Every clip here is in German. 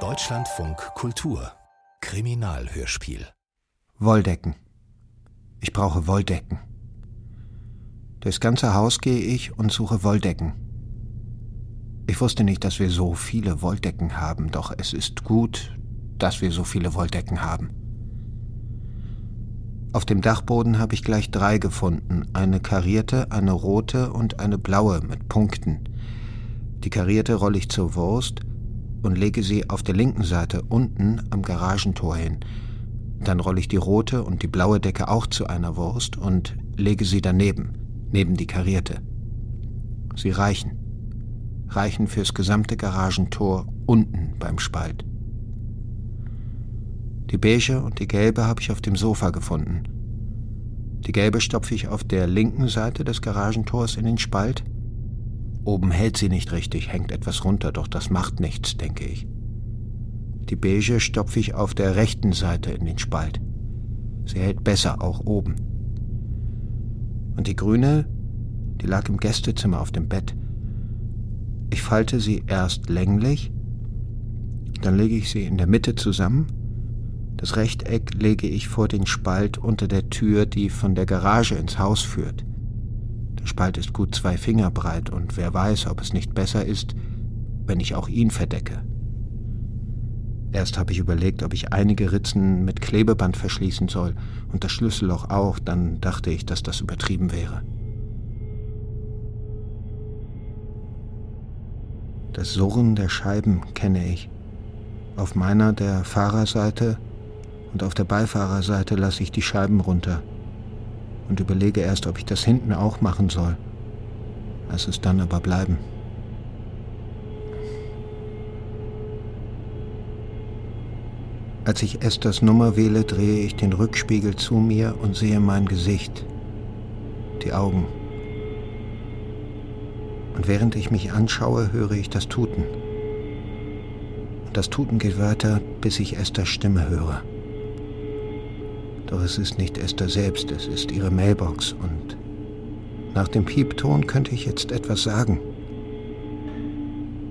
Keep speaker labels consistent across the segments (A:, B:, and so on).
A: Deutschlandfunk Kultur Kriminalhörspiel
B: Wolldecken. Ich brauche Wolldecken. Durchs ganze Haus gehe ich und suche Wolldecken. Ich wusste nicht, dass wir so viele Wolldecken haben, doch es ist gut, dass wir so viele Wolldecken haben. Auf dem Dachboden habe ich gleich drei gefunden, eine karierte, eine rote und eine blaue mit Punkten. Die karierte rolle ich zur Wurst und lege sie auf der linken Seite unten am Garagentor hin. Dann rolle ich die rote und die blaue Decke auch zu einer Wurst und lege sie daneben, neben die karierte. Sie reichen. Reichen fürs gesamte Garagentor unten beim Spalt. Die beige und die gelbe habe ich auf dem Sofa gefunden. Die gelbe stopfe ich auf der linken Seite des Garagentors in den Spalt. Oben hält sie nicht richtig, hängt etwas runter, doch das macht nichts, denke ich. Die beige stopfe ich auf der rechten Seite in den Spalt. Sie hält besser auch oben. Und die grüne, die lag im Gästezimmer auf dem Bett. Ich falte sie erst länglich, dann lege ich sie in der Mitte zusammen das Rechteck lege ich vor den Spalt unter der Tür, die von der Garage ins Haus führt. Der Spalt ist gut zwei Finger breit und wer weiß, ob es nicht besser ist, wenn ich auch ihn verdecke. Erst habe ich überlegt, ob ich einige Ritzen mit Klebeband verschließen soll und das Schlüsselloch auch, dann dachte ich, dass das übertrieben wäre. Das Surren der Scheiben kenne ich. Auf meiner der Fahrerseite und auf der Beifahrerseite lasse ich die Scheiben runter und überlege erst, ob ich das hinten auch machen soll. Lass es dann aber bleiben. Als ich Esthers Nummer wähle, drehe ich den Rückspiegel zu mir und sehe mein Gesicht, die Augen. Und während ich mich anschaue, höre ich das Tuten. Und das Tuten geht weiter, bis ich Esthers Stimme höre. Doch es ist nicht Esther selbst, es ist ihre Mailbox und nach dem Piepton könnte ich jetzt etwas sagen.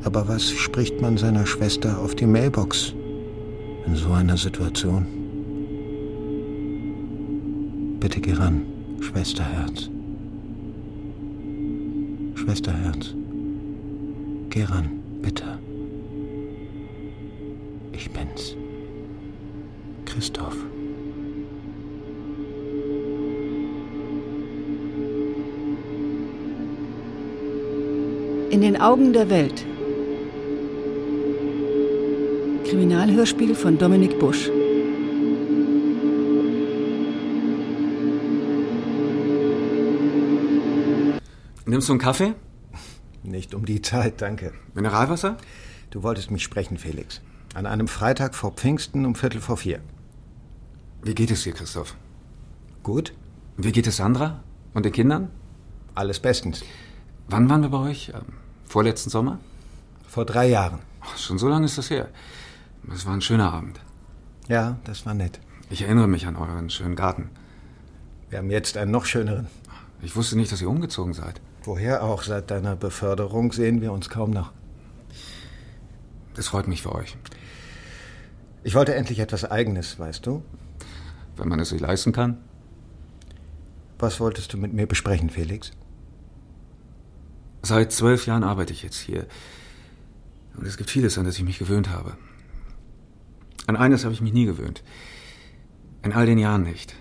B: Aber was spricht man seiner Schwester auf die Mailbox in so einer Situation? Bitte geh ran, Schwesterherz. Schwesterherz, geh ran, bitte. Ich bin's. Christoph.
C: In den Augen der Welt. Kriminalhörspiel von Dominik Busch.
D: Nimmst du einen Kaffee?
B: Nicht um die Zeit, danke.
D: Mineralwasser?
B: Du wolltest mich sprechen, Felix. An einem Freitag vor Pfingsten um Viertel vor vier.
D: Wie geht es dir, Christoph?
B: Gut?
D: Wie geht es Sandra und den Kindern?
B: Alles bestens.
D: Wann waren wir bei euch? Ähm, Vorletzten Sommer?
B: Vor drei Jahren.
D: Ach, schon so lange ist das her. Es war ein schöner Abend.
B: Ja, das war nett.
D: Ich erinnere mich an euren schönen Garten.
B: Wir haben jetzt einen noch schöneren.
D: Ich wusste nicht, dass ihr umgezogen seid.
B: Woher auch, seit deiner Beförderung sehen wir uns kaum noch.
D: Das freut mich für euch.
B: Ich wollte endlich etwas Eigenes, weißt du?
D: Wenn man es sich leisten kann.
B: Was wolltest du mit mir besprechen, Felix?
D: Seit zwölf Jahren arbeite ich jetzt hier. Und es gibt vieles, an das ich mich gewöhnt habe. An eines habe ich mich nie gewöhnt. In all den Jahren nicht.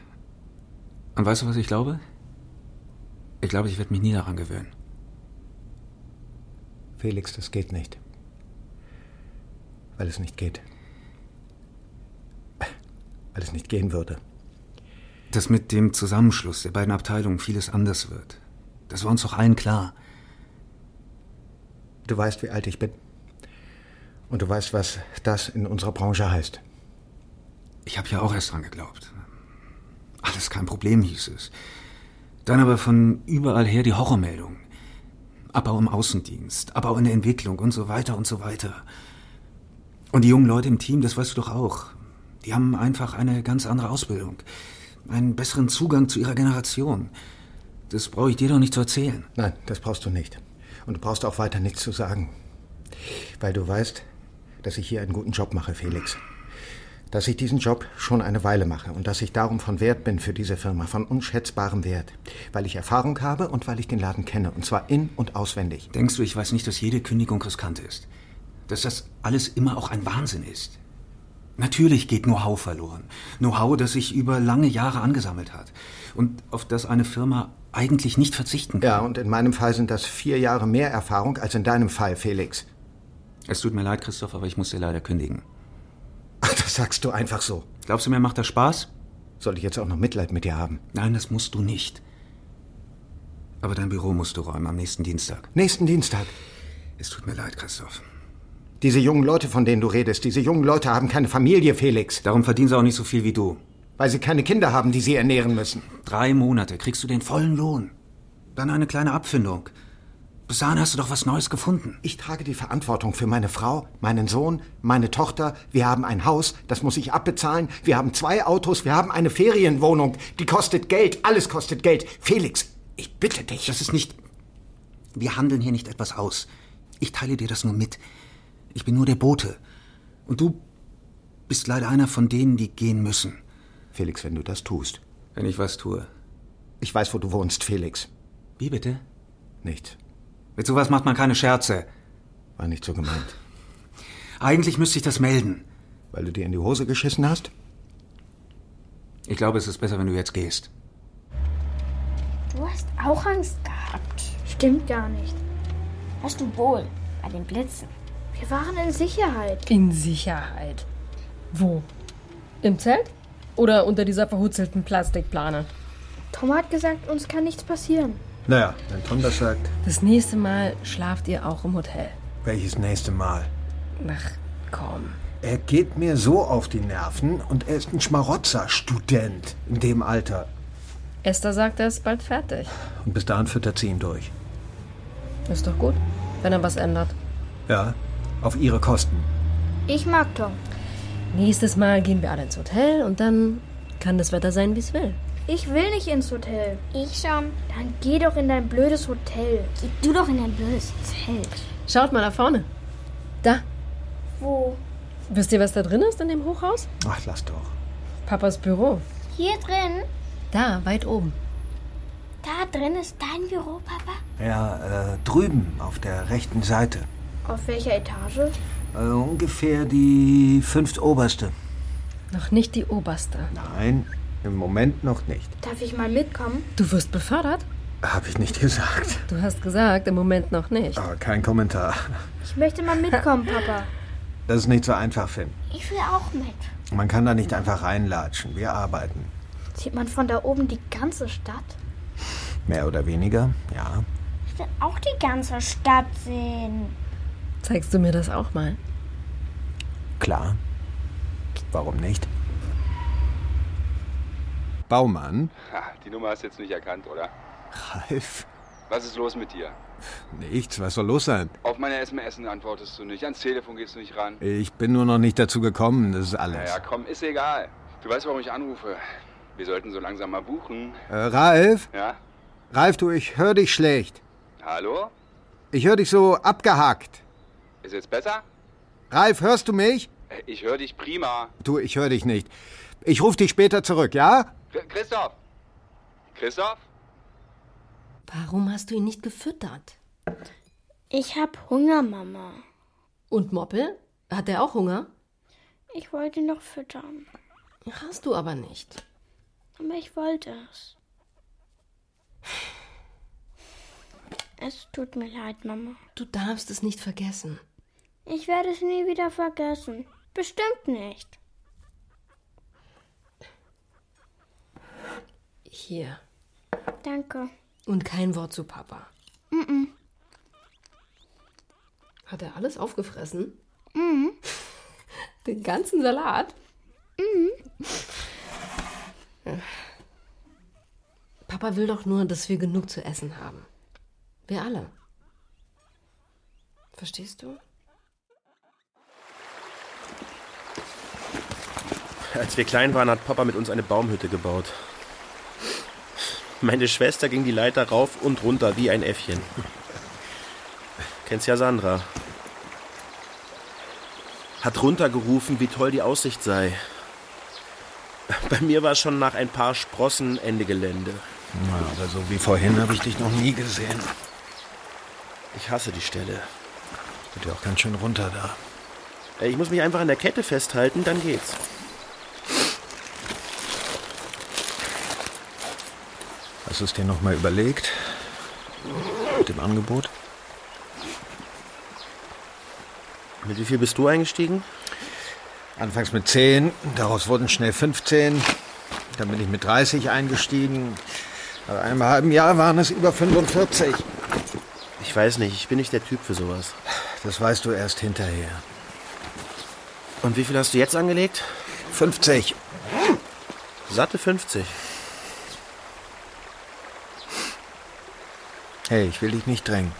D: Und weißt du, was ich glaube? Ich glaube, ich werde mich nie daran gewöhnen.
B: Felix, das geht nicht. Weil es nicht geht. Weil es nicht gehen würde.
D: Dass mit dem Zusammenschluss der beiden Abteilungen vieles anders wird. Das war uns doch allen klar.
B: Du weißt, wie alt ich bin. Und du weißt, was das in unserer Branche heißt.
D: Ich habe ja auch erst dran geglaubt. Alles kein Problem, hieß es. Dann aber von überall her die Horrormeldungen. Abbau im Außendienst, Abbau in der Entwicklung und so weiter und so weiter. Und die jungen Leute im Team, das weißt du doch auch. Die haben einfach eine ganz andere Ausbildung. Einen besseren Zugang zu ihrer Generation. Das brauche ich dir doch nicht zu erzählen.
B: Nein, das brauchst du nicht. Und du brauchst auch weiter nichts zu sagen.
E: weil du weißt, dass ich hier einen guten Job mache, Felix. Dass ich diesen Job schon eine Weile mache und dass ich darum von Wert bin für diese Firma, von unschätzbarem Wert, weil ich Erfahrung habe und weil ich den Laden kenne, und zwar in und auswendig.
D: Denkst du, ich weiß nicht, dass jede Kündigung riskant ist? Dass das alles immer auch ein Wahnsinn ist? Natürlich geht Know-how verloren. Know-how, das sich über lange Jahre angesammelt hat und auf das eine Firma eigentlich nicht verzichten kann.
E: Ja, und in meinem Fall sind das vier Jahre mehr Erfahrung als in deinem Fall, Felix.
D: Es tut mir leid, Christoph, aber ich muss dir leider kündigen.
E: Ach, das sagst du einfach so.
D: Glaubst du, mir macht das Spaß?
E: Soll ich jetzt auch noch Mitleid mit dir haben?
D: Nein, das musst du nicht. Aber dein Büro musst du räumen am nächsten Dienstag.
E: Nächsten Dienstag.
D: Es tut mir leid, Christoph.
E: Diese jungen Leute, von denen du redest, diese jungen Leute haben keine Familie, Felix,
D: Darum verdienen sie auch nicht so viel wie du.
E: weil sie keine Kinder haben, die sie ernähren müssen.
D: Drei Monate kriegst du den vollen Lohn. Dann eine kleine Abfindung. Bis dahin hast du doch was Neues gefunden.
E: Ich trage die Verantwortung für meine Frau, meinen Sohn, meine Tochter. Wir haben ein Haus, das muss ich abbezahlen. Wir haben zwei Autos, wir haben eine Ferienwohnung. Die kostet Geld, alles kostet Geld. Felix, ich bitte dich.
D: Das ist nicht. Wir handeln hier nicht etwas aus. Ich teile dir das nur mit. Ich bin nur der Bote. Und du bist leider einer von denen, die gehen müssen.
E: Felix, wenn du das tust.
D: Wenn ich was tue.
E: Ich weiß, wo du wohnst, Felix.
D: Wie bitte?
E: Nichts.
D: Mit sowas macht man keine Scherze.
E: War nicht so gemeint.
D: Eigentlich müsste ich das melden.
E: Weil du dir in die Hose geschissen hast?
D: Ich glaube, es ist besser, wenn du jetzt gehst.
F: Du hast auch Angst gehabt.
G: Stimmt gar nicht.
F: Hast du wohl bei den Blitzen.
G: Wir waren in Sicherheit.
H: In Sicherheit. Wo? Im Zelt? Oder unter dieser verhutzelten Plastikplane?
G: Tom hat gesagt, uns kann nichts passieren.
B: Naja, wenn Tom das sagt,
H: Das nächste Mal schlaft ihr auch im Hotel.
B: welches nächste Mal?
H: Ach, komm.
B: Er geht mir so auf die Nerven und er ist ein Schmarotzer-Student in dem Alter.
H: Esther sagt, er ist bald fertig.
B: Und bis dahin füttert sie ihn durch.
H: Ist doch gut, wenn er was ändert.
B: Ja, auf ihre Kosten.
G: Ich mag Tom.
H: Nächstes Mal gehen wir alle ins Hotel und dann kann das Wetter sein, wie es will.
G: Ich will nicht ins Hotel.
F: Ich schon.
G: Dann geh doch in dein blödes Hotel.
F: Geh du doch in dein blödes Zelt.
H: Schaut mal da vorne. Da.
G: Wo?
H: Wisst ihr, was da drin ist in dem Hochhaus?
B: Ach, lass doch.
H: Papas Büro.
F: Hier drin?
H: Da, weit oben.
F: Da drin ist dein Büro, Papa.
B: Ja, äh, drüben auf der rechten Seite.
G: Auf welcher Etage?
B: Äh, ungefähr die fünftoberste.
H: Noch nicht die oberste.
B: Nein, im Moment noch nicht.
G: Darf ich mal mitkommen?
H: Du wirst befördert?
B: Hab ich nicht gesagt.
H: Du hast gesagt, im Moment noch nicht.
B: Aber kein Kommentar.
G: Ah. Ich möchte mal mitkommen, Papa.
B: Das ist nicht so einfach, Finn.
F: Ich will auch mit.
B: Man kann da nicht einfach reinlatschen. Wir arbeiten.
G: Sieht man von da oben die ganze Stadt?
B: Mehr oder weniger, ja.
F: Ich will auch die ganze Stadt sehen.
H: Zeigst du mir das auch mal?
B: Klar. Warum nicht? Baumann?
I: Ha, Die Nummer hast du jetzt nicht erkannt, oder?
B: Ralf?
I: Was ist los mit dir?
B: Nichts, was soll los sein?
I: Auf meine SMS antwortest du nicht, ans Telefon gehst du nicht ran.
B: Ich bin nur noch nicht dazu gekommen, das ist alles.
I: Naja, komm, ist egal. Du weißt, warum ich anrufe. Wir sollten so langsam mal buchen.
B: Äh, Ralf?
I: Ja?
B: Ralf, du, ich hör dich schlecht.
I: Hallo?
B: Ich hör dich so abgehackt.
I: Ist jetzt besser?
B: Ralf, hörst du mich?
I: Äh, Ich höre dich prima.
B: Du, ich hör dich nicht. Ich ruf dich später zurück, ja?
I: Chr- Christoph! Christoph?
H: Warum hast du ihn nicht gefüttert?
G: Ich hab Hunger, Mama.
H: Und Moppel? Hat er auch Hunger?
G: Ich wollte noch füttern.
H: Hast du aber nicht.
G: Aber ich wollte es. Es tut mir leid, Mama.
H: Du darfst es nicht vergessen.
G: Ich werde es nie wieder vergessen. Bestimmt nicht.
H: Hier.
G: Danke.
H: Und kein Wort zu Papa. Hat er alles aufgefressen?
F: Mhm.
H: Den ganzen Salat?
F: Mhm.
H: Papa will doch nur, dass wir genug zu essen haben. Wir alle. Verstehst du?
J: Als wir klein waren, hat Papa mit uns eine Baumhütte gebaut. Meine Schwester ging die Leiter rauf und runter wie ein Äffchen. Kennst ja Sandra.
E: hat runtergerufen, wie toll die Aussicht sei. Bei mir war schon nach ein paar Sprossen Ende Gelände.
B: Na, aber so wie vorhin habe ich dich noch nie gesehen.
E: Ich hasse die Stelle.
B: Tut ja auch ganz schön runter da.
E: Ich muss mich einfach an der Kette festhalten, dann geht's.
B: Hast du es dir nochmal überlegt? Mit dem Angebot?
E: Mit wie viel bist du eingestiegen?
B: Anfangs mit 10, daraus wurden schnell 15. Dann bin ich mit 30 eingestiegen. Nach einem halben Jahr waren es über 45.
E: Ich weiß nicht, ich bin nicht der Typ für sowas.
B: Das weißt du erst hinterher.
E: Und wie viel hast du jetzt angelegt?
B: 50.
E: Satte 50.
B: Hey, ich will dich nicht drängen.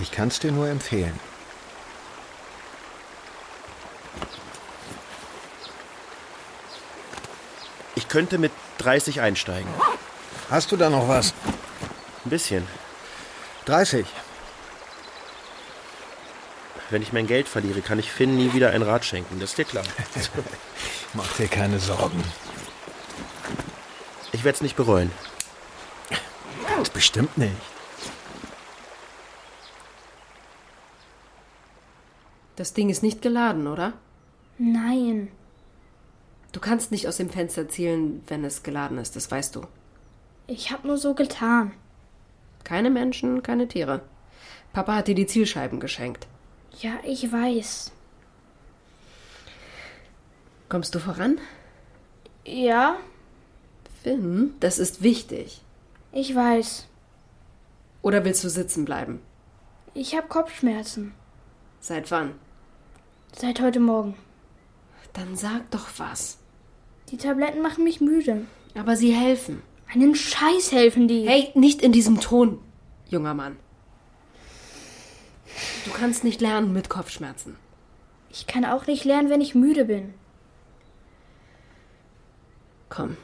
B: Ich kann es dir nur empfehlen.
E: Ich könnte mit 30 einsteigen.
B: Hast du da noch was?
E: Ein bisschen.
B: 30.
E: Wenn ich mein Geld verliere, kann ich Finn nie wieder ein Rad schenken. Das ist dir klar.
B: Mach dir keine Sorgen.
E: Ich werde es nicht bereuen.
B: Ganz bestimmt nicht.
H: Das Ding ist nicht geladen, oder?
F: Nein.
H: Du kannst nicht aus dem Fenster zielen, wenn es geladen ist, das weißt du.
F: Ich habe nur so getan.
H: Keine Menschen, keine Tiere. Papa hat dir die Zielscheiben geschenkt.
F: Ja, ich weiß.
H: Kommst du voran?
F: Ja,
H: Finn, das ist wichtig.
F: ich weiß.
H: Oder willst du sitzen bleiben?
F: Ich habe Kopfschmerzen.
H: Seit wann?
F: Seit heute Morgen.
H: Dann sag doch was.
F: Die Tabletten machen mich müde.
H: Aber sie helfen.
F: Einen Scheiß helfen die.
H: Hey, nicht in diesem Ton, junger Mann. Du kannst nicht lernen mit Kopfschmerzen.
F: Ich kann auch nicht lernen, wenn ich müde bin.
H: Komm,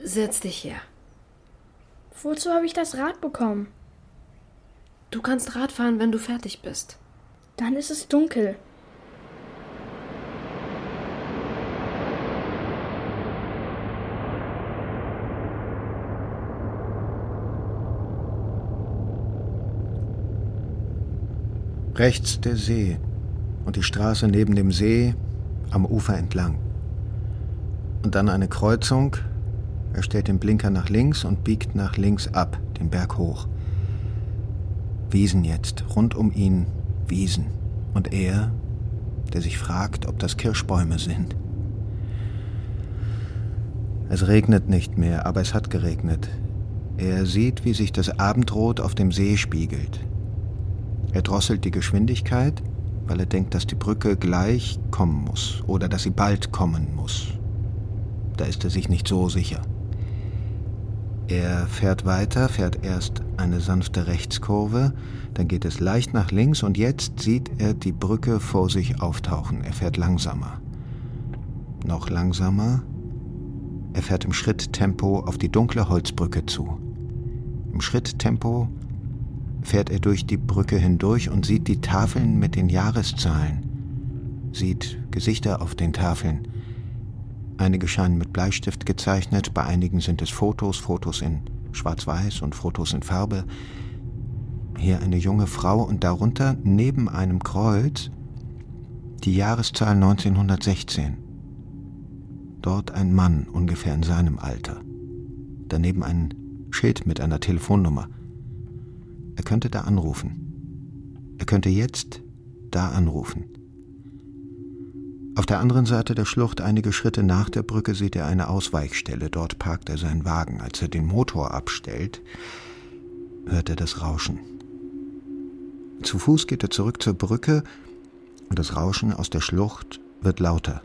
H: setz dich her.
F: Wozu habe ich das Rad bekommen?
H: Du kannst Rad fahren, wenn du fertig bist.
F: Dann ist es dunkel.
B: Rechts der See und die Straße neben dem See am Ufer entlang. Und dann eine Kreuzung. Er stellt den Blinker nach links und biegt nach links ab, den Berg hoch. Wiesen jetzt, rund um ihn Wiesen. Und er, der sich fragt, ob das Kirschbäume sind. Es regnet nicht mehr, aber es hat geregnet. Er sieht, wie sich das Abendrot auf dem See spiegelt. Er drosselt die Geschwindigkeit, weil er denkt, dass die Brücke gleich kommen muss oder dass sie bald kommen muss. Da ist er sich nicht so sicher. Er fährt weiter, fährt erst eine sanfte Rechtskurve, dann geht es leicht nach links und jetzt sieht er die Brücke vor sich auftauchen. Er fährt langsamer. Noch langsamer. Er fährt im Schritttempo auf die dunkle Holzbrücke zu. Im Schritttempo fährt er durch die Brücke hindurch und sieht die Tafeln mit den Jahreszahlen, sieht Gesichter auf den Tafeln. Einige scheinen mit Bleistift gezeichnet, bei einigen sind es Fotos, Fotos in Schwarz-Weiß und Fotos in Farbe. Hier eine junge Frau und darunter neben einem Kreuz die Jahreszahl 1916. Dort ein Mann ungefähr in seinem Alter. Daneben ein Schild mit einer Telefonnummer. Er könnte da anrufen. Er könnte jetzt da anrufen. Auf der anderen Seite der Schlucht, einige Schritte nach der Brücke, sieht er eine Ausweichstelle. Dort parkt er seinen Wagen. Als er den Motor abstellt, hört er das Rauschen. Zu Fuß geht er zurück zur Brücke und das Rauschen aus der Schlucht wird lauter.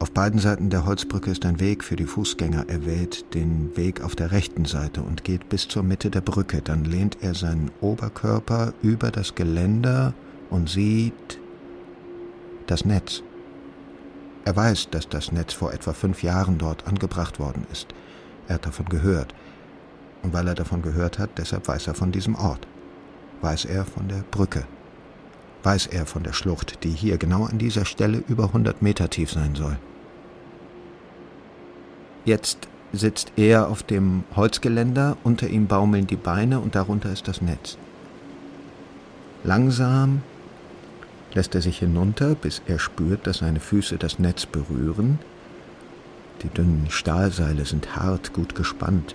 B: Auf beiden Seiten der Holzbrücke ist ein Weg für die Fußgänger. Er wählt den Weg auf der rechten Seite und geht bis zur Mitte der Brücke. Dann lehnt er seinen Oberkörper über das Geländer und sieht das Netz. Er weiß, dass das Netz vor etwa fünf Jahren dort angebracht worden ist. Er hat davon gehört. Und weil er davon gehört hat, deshalb weiß er von diesem Ort. Weiß er von der Brücke. weiß er von der Schlucht, die hier genau an dieser Stelle über 100 Meter tief sein soll. Jetzt sitzt er auf dem Holzgeländer, unter ihm baumeln die Beine und darunter ist das Netz. Langsam lässt er sich hinunter, bis er spürt, dass seine Füße das Netz berühren. Die dünnen Stahlseile sind hart, gut gespannt.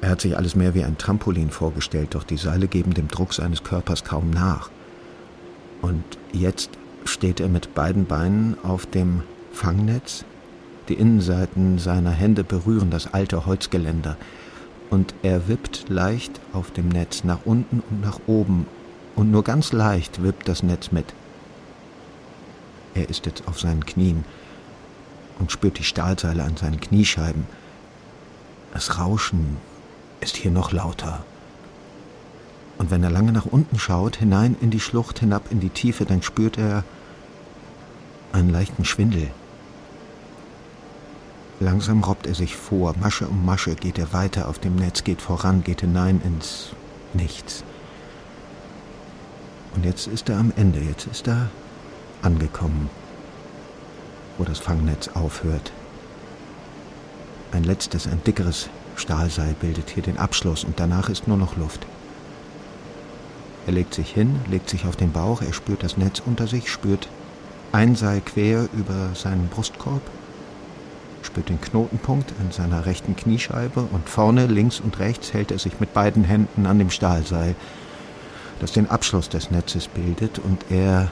B: Er hat sich alles mehr wie ein Trampolin vorgestellt, doch die Seile geben dem Druck seines Körpers kaum nach. Und jetzt steht er mit beiden Beinen auf dem Fangnetz. Die Innenseiten seiner Hände berühren das alte Holzgeländer und er wippt leicht auf dem Netz nach unten und nach oben und nur ganz leicht wippt das Netz mit. Er ist jetzt auf seinen Knien und spürt die Stahlseile an seinen Kniescheiben. Das Rauschen ist hier noch lauter. Und wenn er lange nach unten schaut, hinein in die Schlucht, hinab in die Tiefe, dann spürt er einen leichten Schwindel. Langsam robbt er sich vor, Masche um Masche geht er weiter auf dem Netz, geht voran, geht hinein ins Nichts. Und jetzt ist er am Ende, jetzt ist er angekommen, wo das Fangnetz aufhört. Ein letztes, ein dickeres Stahlseil bildet hier den Abschluss und danach ist nur noch Luft. Er legt sich hin, legt sich auf den Bauch, er spürt das Netz unter sich, spürt ein Seil quer über seinen Brustkorb spürt den Knotenpunkt an seiner rechten Kniescheibe und vorne, links und rechts hält er sich mit beiden Händen an dem Stahlseil, das den Abschluss des Netzes bildet und er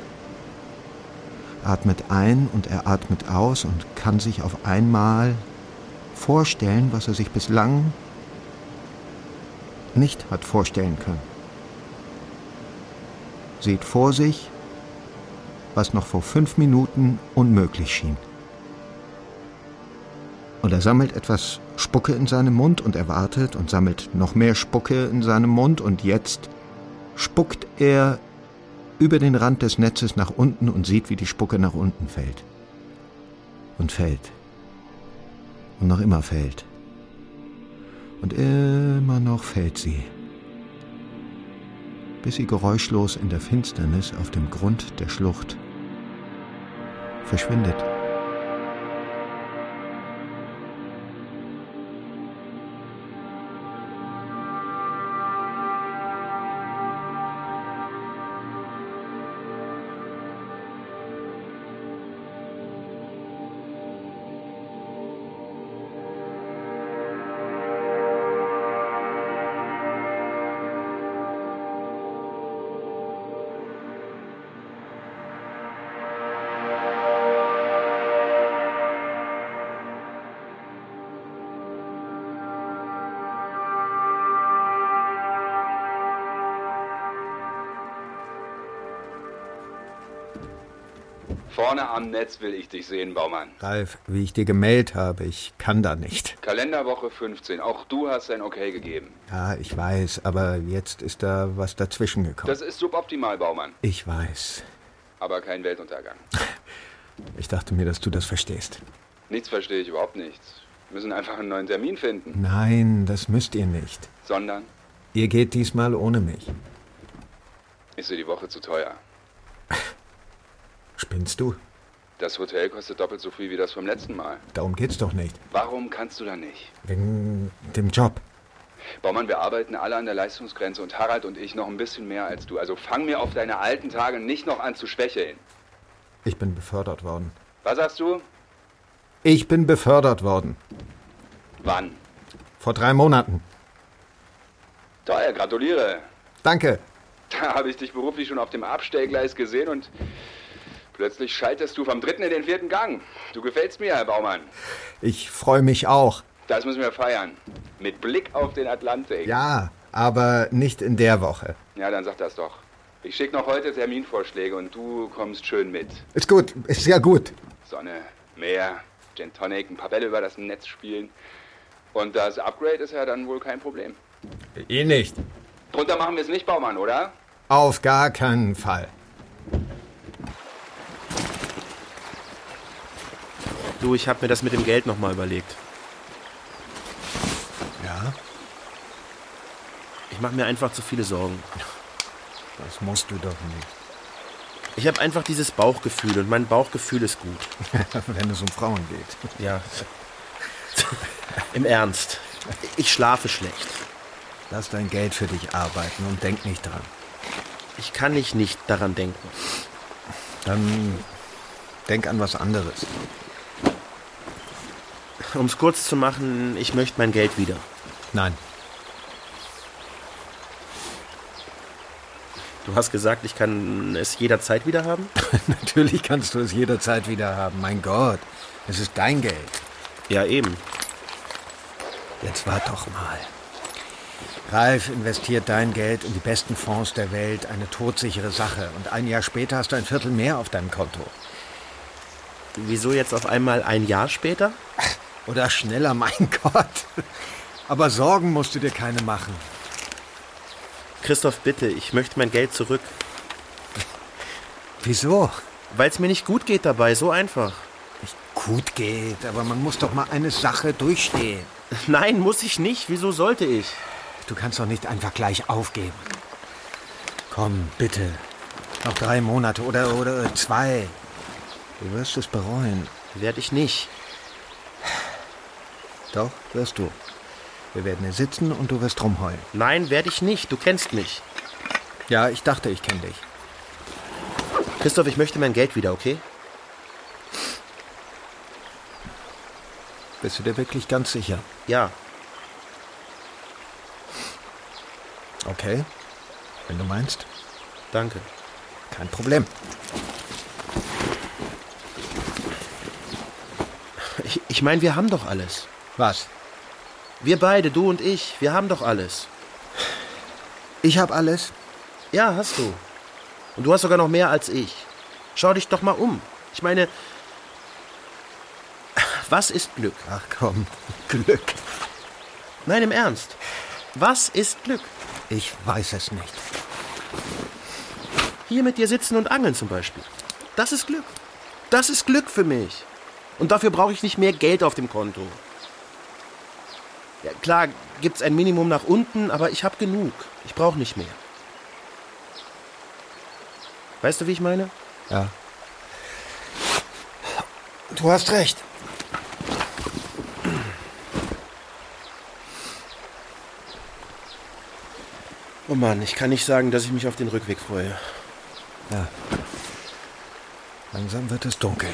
B: atmet ein und er atmet aus und kann sich auf einmal vorstellen, was er sich bislang nicht hat vorstellen können. Sieht vor sich, was noch vor fünf Minuten unmöglich schien. Und er sammelt etwas Spucke in seinem Mund und er wartet und sammelt noch mehr Spucke in seinem Mund und jetzt spuckt er über den Rand des Netzes nach unten und sieht, wie die Spucke nach unten fällt. Und fällt. Und noch immer fällt. Und immer noch fällt sie. Bis sie geräuschlos in der Finsternis auf dem Grund der Schlucht verschwindet.
I: Vorne am Netz will ich dich sehen, Baumann.
B: Ralf, wie ich dir gemeldet habe, ich kann da nicht.
I: Kalenderwoche 15. Auch du hast dein Okay gegeben.
B: Ja, ich weiß, aber jetzt ist da was dazwischen gekommen.
I: Das ist suboptimal, Baumann.
B: ich weiß.
I: Aber kein Weltuntergang.
B: Ich dachte mir, dass du das verstehst.
I: Nichts verstehe ich überhaupt nichts. Wir müssen einfach einen neuen Termin finden.
B: Nein, das müsst ihr nicht.
I: Sondern
B: Ihr geht diesmal ohne mich.
I: ist dir die Woche zu teuer.
B: Spinnst du?
I: Das Hotel kostet doppelt so viel wie das vom letzten Mal.
B: Darum geht's doch nicht.
I: Warum kannst du da nicht?
B: Wegen dem Job.
I: Baumann, wir arbeiten alle an der Leistungsgrenze und Harald und ich noch ein bisschen mehr als du. Also fang mir auf deine alten Tage nicht noch an zu schwächeln.
B: Ich bin befördert worden.
I: Was sagst du?
B: Ich bin befördert worden.
I: Wann?
B: Vor drei Monaten.
I: Toll, gratuliere.
B: Danke.
I: Da habe ich dich beruflich schon auf dem Abstellgleis gesehen und plötzlich schaltest du vom dritten in den vierten Gang. Du gefällst mir, Herr Baumann.
B: Ich freue mich auch.
I: Das müssen wir feiern. Mit Blick auf den Atlantik.
B: Ja, aber nicht in der Woche.
I: Ja, dann sag das doch. Ich schicke noch heute Terminvorschläge und du kommst schön mit.
B: Ist gut, ist sehr gut.
I: Sonne, Meer, Gin Tonic, ein paar Bälle über das Netz spielen. Und das Upgrade ist ja dann wohl kein Problem.
B: Eh nicht.
I: Drunter machen wir es nicht, Baumann, oder?
B: Auf gar keinen Fall.
J: Du, ich habe mir das mit dem Geld nochmal überlegt.
B: Ja,
J: Ich mache mir einfach zu viele Sorgen.
B: das musst du doch nicht.
E: Ich habe einfach dieses Bauchgefühl und mein Bauchgefühl ist gut.
B: Wenn es um Frauen geht.
E: Ja. Im Ernst. Ich schlafe schlecht.
B: Lass dein Geld für dich arbeiten und denk nicht dran.
E: Ich kann nicht nicht daran denken.
B: Dann denk an was anderes.
E: Um es kurz zu machen, ich möchte mein Geld wieder.
B: Nein.
E: Du hast gesagt, ich kann es jederzeit wieder haben?
B: Natürlich kannst du es jederzeit wieder haben. Mein Gott, es ist dein Geld.
E: Ja, eben.
B: Jetzt wart doch mal. Ralf investiert dein Geld in die besten Fonds der Welt, eine todsichere Sache. Und ein Jahr später hast du ein Viertel mehr auf deinem Konto.
E: Wieso jetzt auf einmal ein Jahr später?
B: Oder schneller, mein Gott. Aber Sorgen musst du dir keine machen.
E: Christoph, bitte, ich möchte mein Geld zurück.
B: Wieso?
E: Weil es mir nicht gut geht dabei, so einfach.
B: Nicht gut geht, aber man muss doch mal eine Sache durchstehen.
E: Nein, muss ich nicht. Wieso sollte ich?
B: Du kannst doch nicht einfach gleich aufgeben. Komm, bitte. Noch drei Monate oder, oder zwei. Du wirst es bereuen.
E: Werde ich nicht.
B: Doch, wirst du. Wir werden hier sitzen und du wirst rumheulen.
E: Nein, werde ich nicht. Du kennst mich.
B: Ja, ich dachte, ich kenne dich.
E: Christoph, ich möchte mein Geld wieder, okay?
B: Bist du dir wirklich ganz sicher?
E: Ja.
B: Okay, wenn du meinst.
E: Danke.
B: Kein Problem.
E: Ich, ich meine, wir haben doch alles.
B: Was?
E: Wir beide, du und ich, wir haben doch alles.
B: Ich habe alles.
E: Ja, hast du. Und du hast sogar noch mehr als ich. Schau dich doch mal um. Ich meine, was ist Glück?
B: Ach komm, Glück.
E: Nein, im Ernst. Was ist Glück?
B: Ich weiß es nicht.
E: Hier mit dir sitzen und angeln zum Beispiel. Das ist Glück. Das ist Glück für mich. Und dafür brauche ich nicht mehr Geld auf dem Konto. Ja, klar, gibt's ein Minimum nach unten, aber ich habe genug. Ich brauche nicht mehr. Weißt du, wie ich meine?
B: Ja. Du hast recht.
E: Oh Mann, ich kann nicht sagen, dass ich mich auf den Rückweg freue.
B: Ja. Langsam wird es dunkel.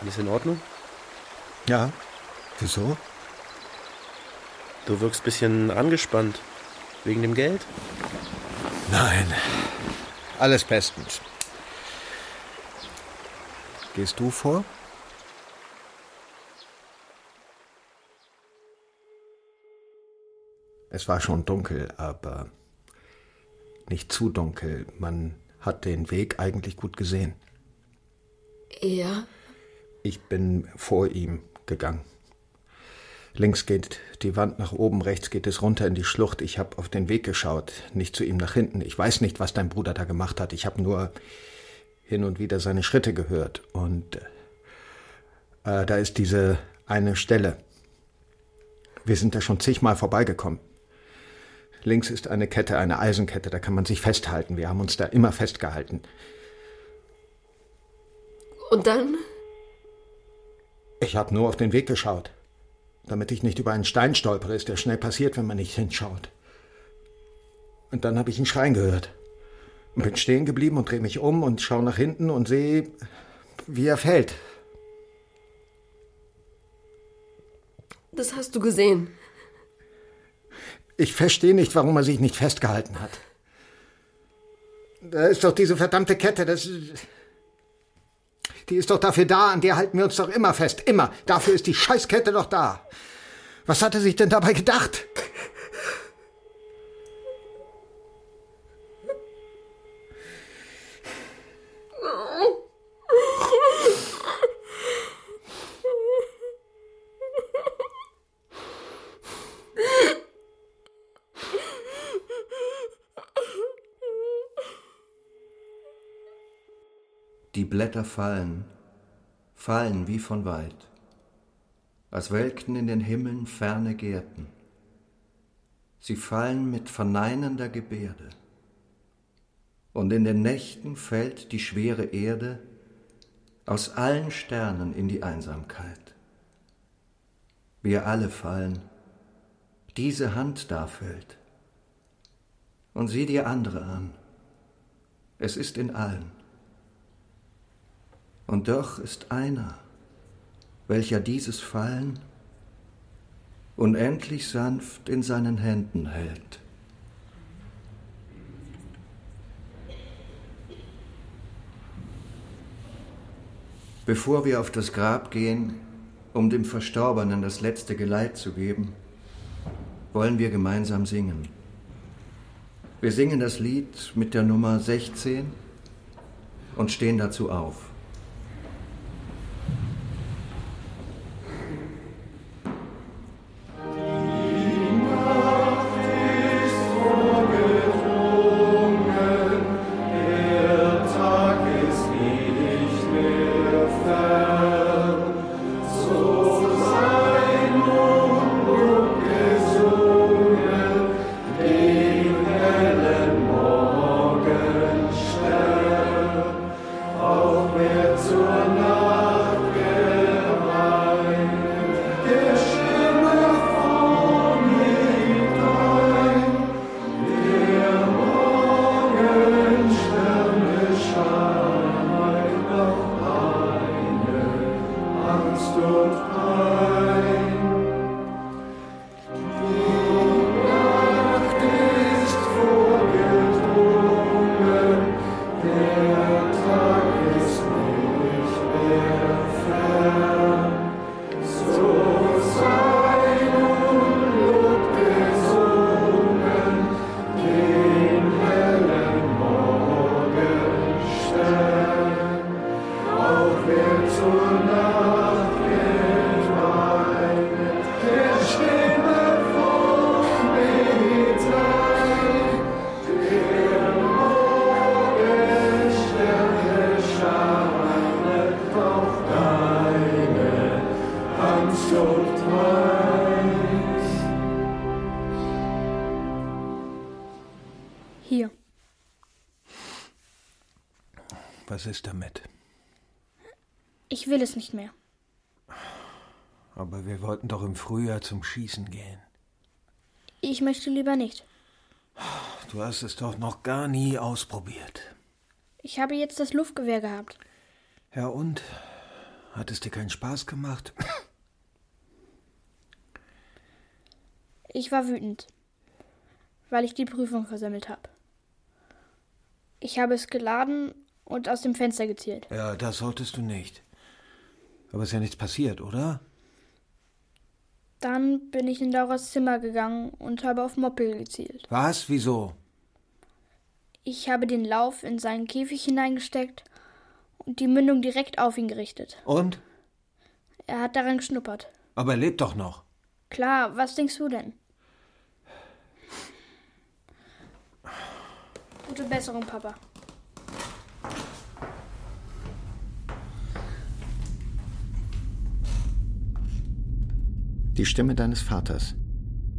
E: Alles in Ordnung?
B: Ja. Wieso?
E: Du wirkst ein bisschen angespannt. Wegen dem Geld?
B: Nein. Alles bestens. Gehst du vor? Es war schon dunkel, aber nicht zu dunkel. Man hat den Weg eigentlich gut gesehen.
H: Ja?
B: Ich bin vor ihm gegangen. Links geht die Wand nach oben, rechts geht es runter in die Schlucht. Ich habe auf den Weg geschaut, nicht zu ihm nach hinten. Ich weiß nicht, was dein Bruder da gemacht hat. Ich habe nur hin und wieder seine Schritte gehört. Und äh, da ist diese eine Stelle. Wir sind da schon zigmal vorbeigekommen. Links ist eine Kette, eine Eisenkette, da kann man sich festhalten. Wir haben uns da immer festgehalten.
H: Und dann?
B: Ich habe nur auf den Weg geschaut. Damit ich nicht über einen Stein stolpere, ist der schnell passiert, wenn man nicht hinschaut. Und dann habe ich einen Schreien gehört. Und bin stehen geblieben und drehe mich um und schaue nach hinten und sehe, wie er fällt.
H: Das hast du gesehen.
B: Ich verstehe nicht, warum er sich nicht festgehalten hat. Da ist doch diese verdammte Kette, das ist. Die ist doch dafür da, an der halten wir uns doch immer fest. Immer. Dafür ist die Scheißkette doch da. Was hat er sich denn dabei gedacht?
K: Die Blätter fallen, fallen wie von weit, als welkten in den Himmeln ferne Gärten. Sie fallen mit verneinender Gebärde, und in den Nächten fällt die schwere Erde aus allen Sternen in die Einsamkeit. Wir alle fallen, diese Hand da fällt. Und sieh dir andere an. Es ist in allen. Und doch ist einer, welcher dieses Fallen unendlich sanft in seinen Händen hält. Bevor wir auf das Grab gehen, um dem Verstorbenen das letzte Geleit zu geben, wollen wir gemeinsam singen. Wir singen das Lied mit der Nummer 16 und stehen dazu auf.
G: Hier.
L: Was ist damit?
G: Ich will es nicht mehr.
L: Aber wir wollten doch im Frühjahr zum Schießen gehen.
G: Ich möchte lieber nicht.
L: Du hast es doch noch gar nie ausprobiert.
G: Ich habe jetzt das Luftgewehr gehabt.
L: Ja und? Hat es dir keinen Spaß gemacht?
G: Ich war wütend, weil ich die Prüfung versammelt habe. Ich habe es geladen und aus dem Fenster gezielt.
L: Ja, das solltest du nicht. Aber ist ja nichts passiert, oder?
G: Dann bin ich in Dauras Zimmer gegangen und habe auf Moppel gezielt.
L: Was? Wieso?
G: Ich habe den Lauf in seinen Käfig hineingesteckt und die Mündung direkt auf ihn gerichtet.
L: Und?
G: Er hat daran geschnuppert.
L: Aber er lebt doch noch.
G: Klar, was denkst du denn? Gute Besserung, Papa.
B: Die Stimme deines Vaters.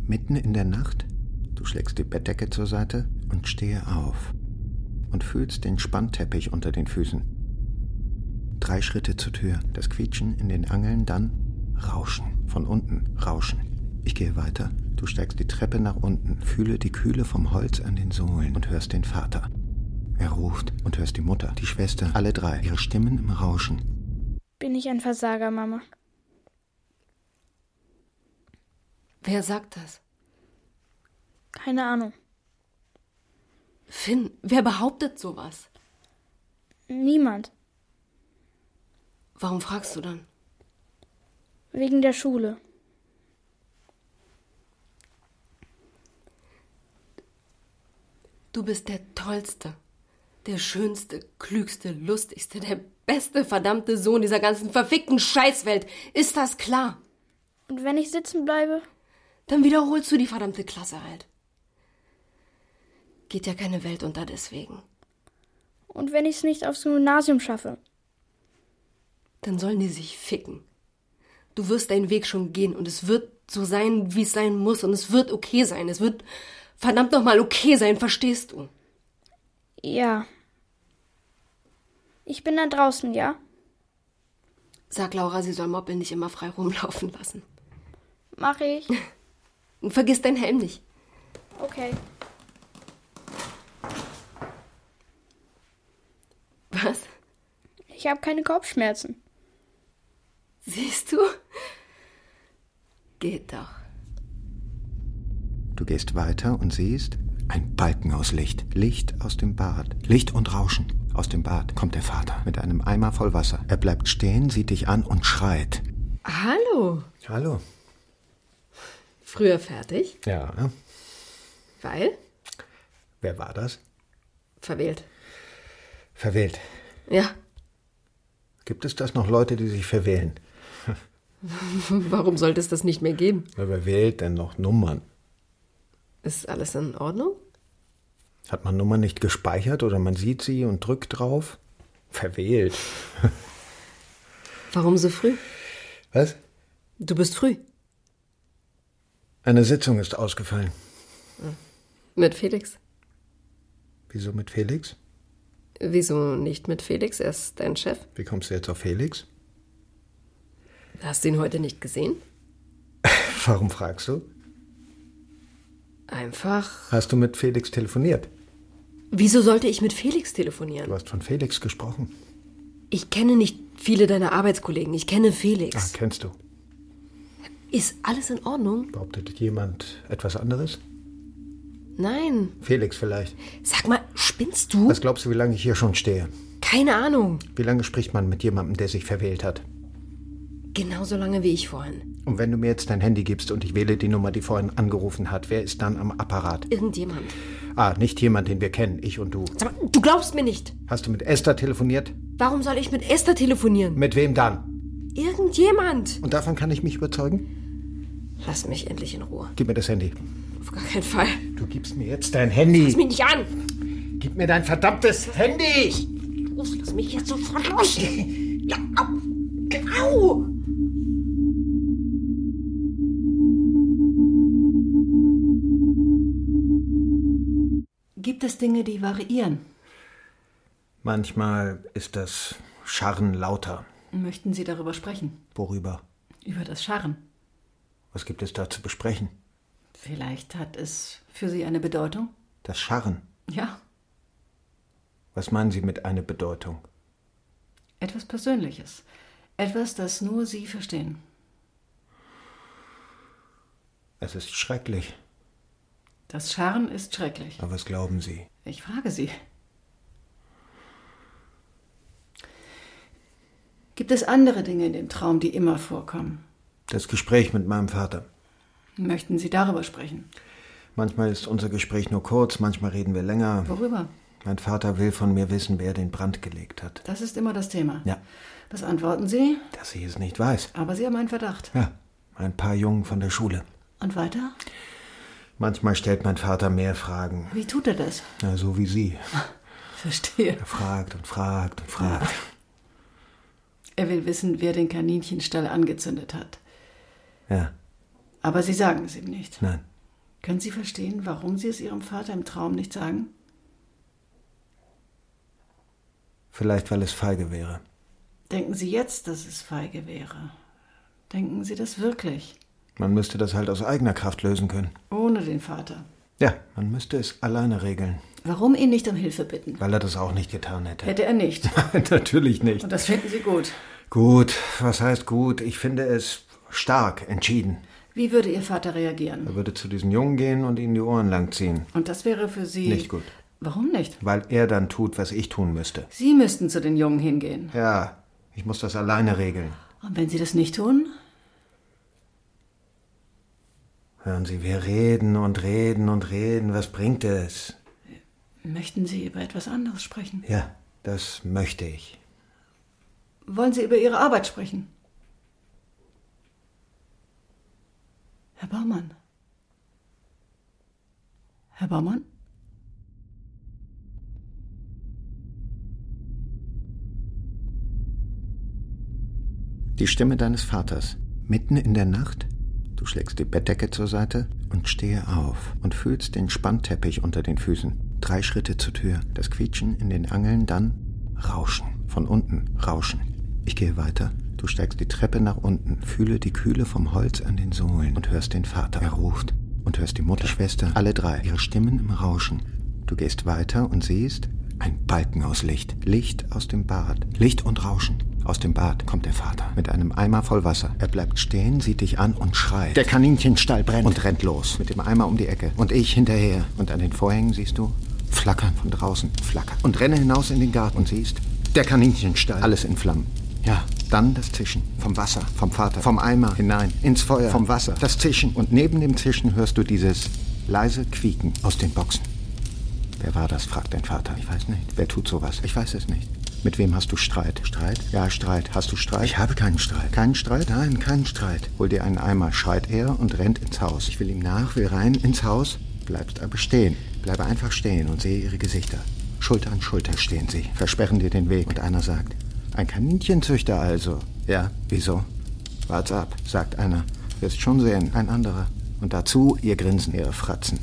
B: Mitten in der Nacht? Du schlägst die Bettdecke zur Seite und stehe auf und fühlst den Spannteppich unter den Füßen. Drei Schritte zur Tür, das Quietschen in den Angeln, dann Rauschen, von unten Rauschen. Ich gehe weiter. Du steigst die Treppe nach unten, fühle die Kühle vom Holz an den Sohlen und hörst den Vater. Er ruft und hörst die Mutter, die Schwester, alle drei, ihre Stimmen im Rauschen.
G: Bin ich ein Versager, Mama?
H: Wer sagt das?
G: Keine Ahnung.
H: Finn, wer behauptet sowas?
G: Niemand.
H: Warum fragst du dann?
G: Wegen der Schule.
H: Du bist der tollste, der schönste, klügste, lustigste, der beste verdammte Sohn dieser ganzen verfickten Scheißwelt. Ist das klar?
G: Und wenn ich sitzen bleibe?
H: Dann wiederholst du die verdammte Klasse halt. Geht ja keine Welt unter deswegen.
G: Und wenn ich es nicht aufs Gymnasium schaffe?
H: Dann sollen die sich ficken. Du wirst deinen Weg schon gehen und es wird so sein, wie es sein muss und es wird okay sein. Es wird verdammt nochmal okay sein, verstehst du?
F: Ja. Ich bin dann draußen, ja?
H: Sag Laura, sie soll Moppel nicht immer frei rumlaufen lassen.
F: Mach ich.
H: Und vergiss deinen Helm nicht.
F: Okay.
H: Was?
F: Ich habe keine Kopfschmerzen.
H: Siehst du? Geht doch.
B: Du gehst weiter und siehst ein Balken aus Licht. Licht aus dem Bad. Licht und Rauschen. Aus dem Bad kommt der Vater mit einem Eimer voll Wasser. Er bleibt stehen, sieht dich an und schreit.
H: Hallo.
B: Hallo.
H: Früher fertig?
B: Ja.
H: Weil?
B: Wer war das?
H: Verwählt.
B: Verwählt.
H: Ja.
B: Gibt es das noch Leute, die sich verwählen?
H: Warum sollte es das nicht mehr geben?
B: Wer wählt denn noch Nummern?
H: Ist alles in Ordnung?
B: Hat man Nummern nicht gespeichert oder man sieht sie und drückt drauf? Verwählt.
H: Warum so früh?
B: Was?
H: Du bist früh.
B: Eine Sitzung ist ausgefallen.
H: Hm. Mit Felix.
B: Wieso mit Felix?
H: Wieso nicht mit Felix? Er ist dein Chef.
B: Wie kommst du jetzt auf Felix?
H: Hast du ihn heute nicht gesehen?
B: Warum fragst du?
H: Einfach.
B: Hast du mit Felix telefoniert?
H: Wieso sollte ich mit Felix telefonieren?
B: Du hast von Felix gesprochen.
H: Ich kenne nicht viele deiner Arbeitskollegen. Ich kenne Felix.
B: Ah, kennst du.
H: Ist alles in Ordnung?
B: Behauptet jemand etwas anderes?
H: Nein.
B: Felix vielleicht.
H: Sag mal, spinnst du?
B: Was glaubst du, wie lange ich hier schon stehe?
H: Keine Ahnung.
B: Wie lange spricht man mit jemandem, der sich verwählt hat?
H: Genauso lange wie ich vorhin.
B: Und wenn du mir jetzt dein Handy gibst und ich wähle die Nummer, die vorhin angerufen hat, wer ist dann am Apparat?
H: Irgendjemand.
B: Ah, nicht jemand, den wir kennen, ich und du.
H: Sag mal, du glaubst mir nicht.
B: Hast du mit Esther telefoniert?
H: Warum soll ich mit Esther telefonieren?
B: Mit wem dann?
H: Irgendjemand.
B: Und davon kann ich mich überzeugen?
H: Lass mich endlich in Ruhe.
B: Gib mir das Handy.
H: Auf gar keinen Fall.
B: Du gibst mir jetzt dein
H: Lass
B: Handy.
H: mich nicht an.
B: Gib mir dein verdammtes Handy.
H: Los, lass mich jetzt sofort los. Ja, au. Genau.
M: Gibt es Dinge, die variieren?
N: Manchmal ist das Scharren lauter.
M: Möchten Sie darüber sprechen?
N: Worüber?
M: Über das Scharren.
N: Was gibt es da zu besprechen?
M: Vielleicht hat es für Sie eine Bedeutung?
N: Das Scharren.
M: Ja,
N: Was meinen Sie mit einer Bedeutung?
M: etwas Persönliches. Etwas, das nur Sie verstehen.
N: Es ist schrecklich.
M: Das Scharren ist schrecklich.
N: Aber was glauben Sie?
M: Ich frage Sie. Gibt es andere Dinge in dem Traum, die immer vorkommen?
N: Das Gespräch mit meinem Vater.
M: Möchten Sie darüber sprechen?
N: Manchmal ist unser Gespräch nur kurz, manchmal reden wir länger.
M: Worüber?
N: Mein Vater will von mir wissen, wer den Brand gelegt hat.
M: Das ist immer das Thema.
N: Ja.
M: Was antworten Sie?
N: Dass ich es nicht weiß.
M: Aber Sie haben einen Verdacht.
N: Ja, ein paar Jungen von der Schule.
M: Und weiter?
N: Manchmal stellt mein Vater mehr Fragen.
M: Wie tut er das?
N: Na, so wie Sie.
M: Verstehe.
N: Er fragt und fragt und fragt.
M: Er will wissen, wer den Kaninchenstall angezündet hat.
N: Ja,
M: Aber Sie sagen es ihm nicht.
N: nein.
M: Können Sie verstehen, warum Sie es Ihrem Vater im Traum nicht sagen?
N: Vielleicht, weil es feige wäre.
M: Denken Sie jetzt, dass es feige wäre. Denken Sie das wirklich,
N: Man müsste das halt aus eigener Kraft lösen können.
M: ohne den Vater.
N: Ja, man müsste es alleine regeln,
M: Warum ihn nicht um Hilfe bitten?
N: weil er das auch nicht getan hätte.
M: Hätte er nicht.
N: Nein, natürlich nicht.
M: Und das finden Sie gut.
N: Gut, was heißt gut? Ich finde es stark entschieden.
M: Wie würde Ihr Vater reagieren?
N: Er würde zu diesem Jungen gehen und ihm die Ohren langziehen.
M: Und das wäre für Sie.
N: Nicht gut.
M: Warum nicht?
N: Weil er dann tut, was ich tun müsste.
M: Sie müssten zu den Jungen hingehen.
N: Ja, ich muss das alleine regeln.
M: Und wenn Sie das nicht tun?
N: Hören Sie, wir reden und reden und reden. Was bringt es?
M: Möchten Sie über etwas anderes sprechen?
N: Ja, das möchte ich.
M: Wollen Sie über Ihre Arbeit sprechen? Herr Baumann. Herr Baumann?
B: Die Stimme deines Vaters. Mitten in der Nacht? Du schlägst die Bettdecke zur Seite und stehe auf und fühlst den Spannteppich unter den Füßen. Drei Schritte zur Tür, das Quietschen in den Angeln, dann Rauschen. Von unten, Rauschen. Ich gehe weiter. Du steigst die Treppe nach unten, fühle die Kühle vom Holz an den Sohlen und hörst den Vater. Er ruft. Und hörst die Mutter, die Schwester, alle drei, ihre Stimmen im Rauschen. Du gehst weiter und siehst ein Balken aus Licht. Licht aus dem Bad. Licht und Rauschen. Aus dem Bad kommt der Vater mit einem Eimer voll Wasser. Er bleibt stehen, sieht dich an und schreit. Der Kaninchenstall brennt und rennt los mit dem Eimer um die Ecke und ich hinterher. Und an den Vorhängen siehst du Flackern von draußen, Flackern. Und renne hinaus in den Garten und siehst der Kaninchenstall, alles in Flammen. Ja, dann das Zischen vom Wasser, vom Vater, vom Eimer hinein ins Feuer, vom Wasser, das Zischen und neben dem Zischen hörst du dieses leise Quieken aus den Boxen. Wer war das? fragt dein Vater. Ich weiß nicht. Wer tut sowas? Ich weiß es nicht. Mit wem hast du Streit? Streit? Ja, Streit. Hast du Streit? Ich habe keinen Streit. Keinen Streit? Nein, keinen Streit. Hol dir einen Eimer, schreit er und rennt ins Haus. Ich will ihm nach, will rein ins Haus, bleibst aber stehen. Bleibe einfach stehen und sehe ihre Gesichter. Schulter an Schulter stehen sie, versperren dir den Weg und einer sagt, ein Kaninchenzüchter also. Ja, wieso? Wart's ab, sagt einer. Wirst schon sehen, ein anderer. Und dazu ihr Grinsen, ihre Fratzen.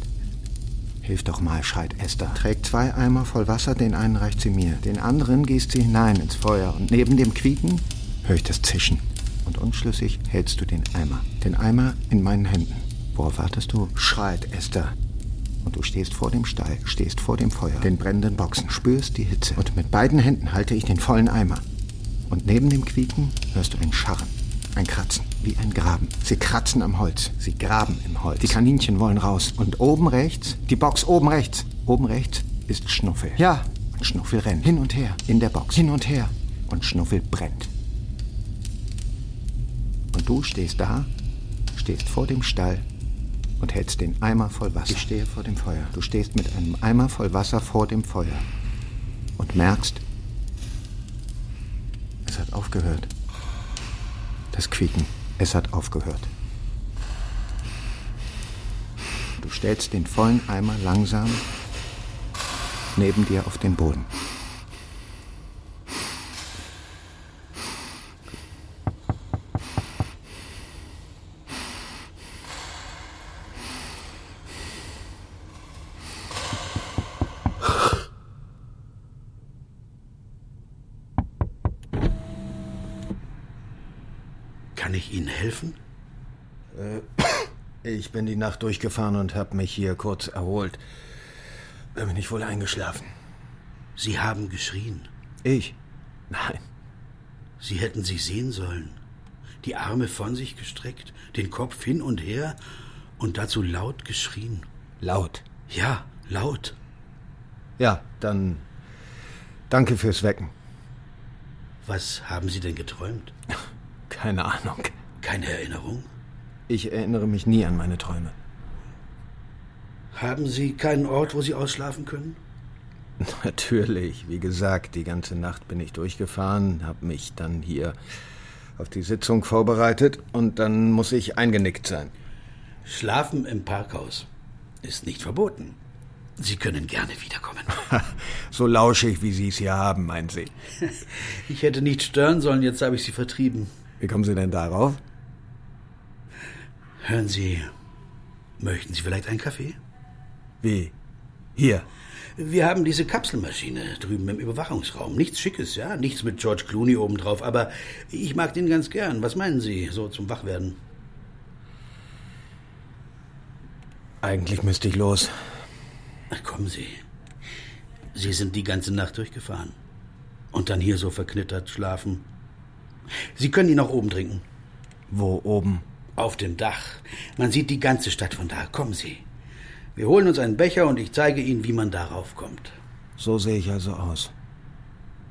B: Hilf doch mal, schreit Esther. Trägt zwei Eimer voll Wasser, den einen reicht sie mir. Den anderen gießt sie hinein ins Feuer und neben dem Quieken höre ich das Zischen. Und unschlüssig hältst du den Eimer. Den Eimer in meinen Händen. Worauf wartest du? schreit Esther. Und du stehst vor dem Stall, stehst vor dem Feuer, den brennenden Boxen, spürst die Hitze. Und mit beiden Händen halte ich den vollen Eimer. Und neben dem Quieken hörst du ein Scharren, ein Kratzen, wie ein Graben. Sie kratzen am Holz, sie graben im Holz. Die Kaninchen wollen raus. Und oben rechts, die Box oben rechts, oben rechts ist Schnuffel. Ja, und Schnuffel rennt hin und her in der Box, hin und her. Und Schnuffel brennt. Und du stehst da, stehst vor dem Stall und hältst den Eimer voll Wasser. Ich stehe vor dem Feuer. Du stehst mit einem Eimer voll Wasser vor dem Feuer und merkst, es hat aufgehört. Das Quieken, es hat aufgehört. Du stellst den vollen Eimer langsam neben dir auf den Boden.
J: Kann ich Ihnen helfen?
O: Äh, Ich bin die Nacht durchgefahren und habe mich hier kurz erholt. Da bin ich wohl eingeschlafen.
J: Sie haben geschrien.
O: Ich? Nein.
J: Sie hätten sie sehen sollen. Die Arme von sich gestreckt, den Kopf hin und her und dazu laut geschrien.
O: Laut?
J: Ja, laut.
O: Ja, dann danke fürs Wecken.
J: Was haben Sie denn geträumt?
O: Keine Ahnung.
J: Keine Erinnerung?
O: Ich erinnere mich nie an meine Träume.
J: Haben Sie keinen Ort, wo Sie ausschlafen können?
O: Natürlich, wie gesagt, die ganze Nacht bin ich durchgefahren, habe mich dann hier auf die Sitzung vorbereitet und dann muss ich eingenickt sein.
J: Schlafen im Parkhaus ist nicht verboten. Sie können gerne wiederkommen.
O: So lauschig, wie Sie es hier haben, meinen Sie.
J: Ich hätte nicht stören sollen, jetzt habe ich Sie vertrieben.
O: Wie kommen Sie denn darauf?
J: Hören Sie, möchten Sie vielleicht einen Kaffee?
O: Wie? Hier.
J: Wir haben diese Kapselmaschine drüben im Überwachungsraum. Nichts Schickes, ja? Nichts mit George Clooney obendrauf, aber ich mag den ganz gern. Was meinen Sie, so zum Wachwerden?
O: Eigentlich müsste ich los.
J: Ach, kommen Sie. Sie sind die ganze Nacht durchgefahren. Und dann hier so verknittert schlafen. Sie können ihn auch oben trinken.
O: Wo oben?
J: Auf dem Dach. Man sieht die ganze Stadt von da. Kommen Sie. Wir holen uns einen Becher und ich zeige Ihnen, wie man darauf kommt.
O: So sehe ich also aus.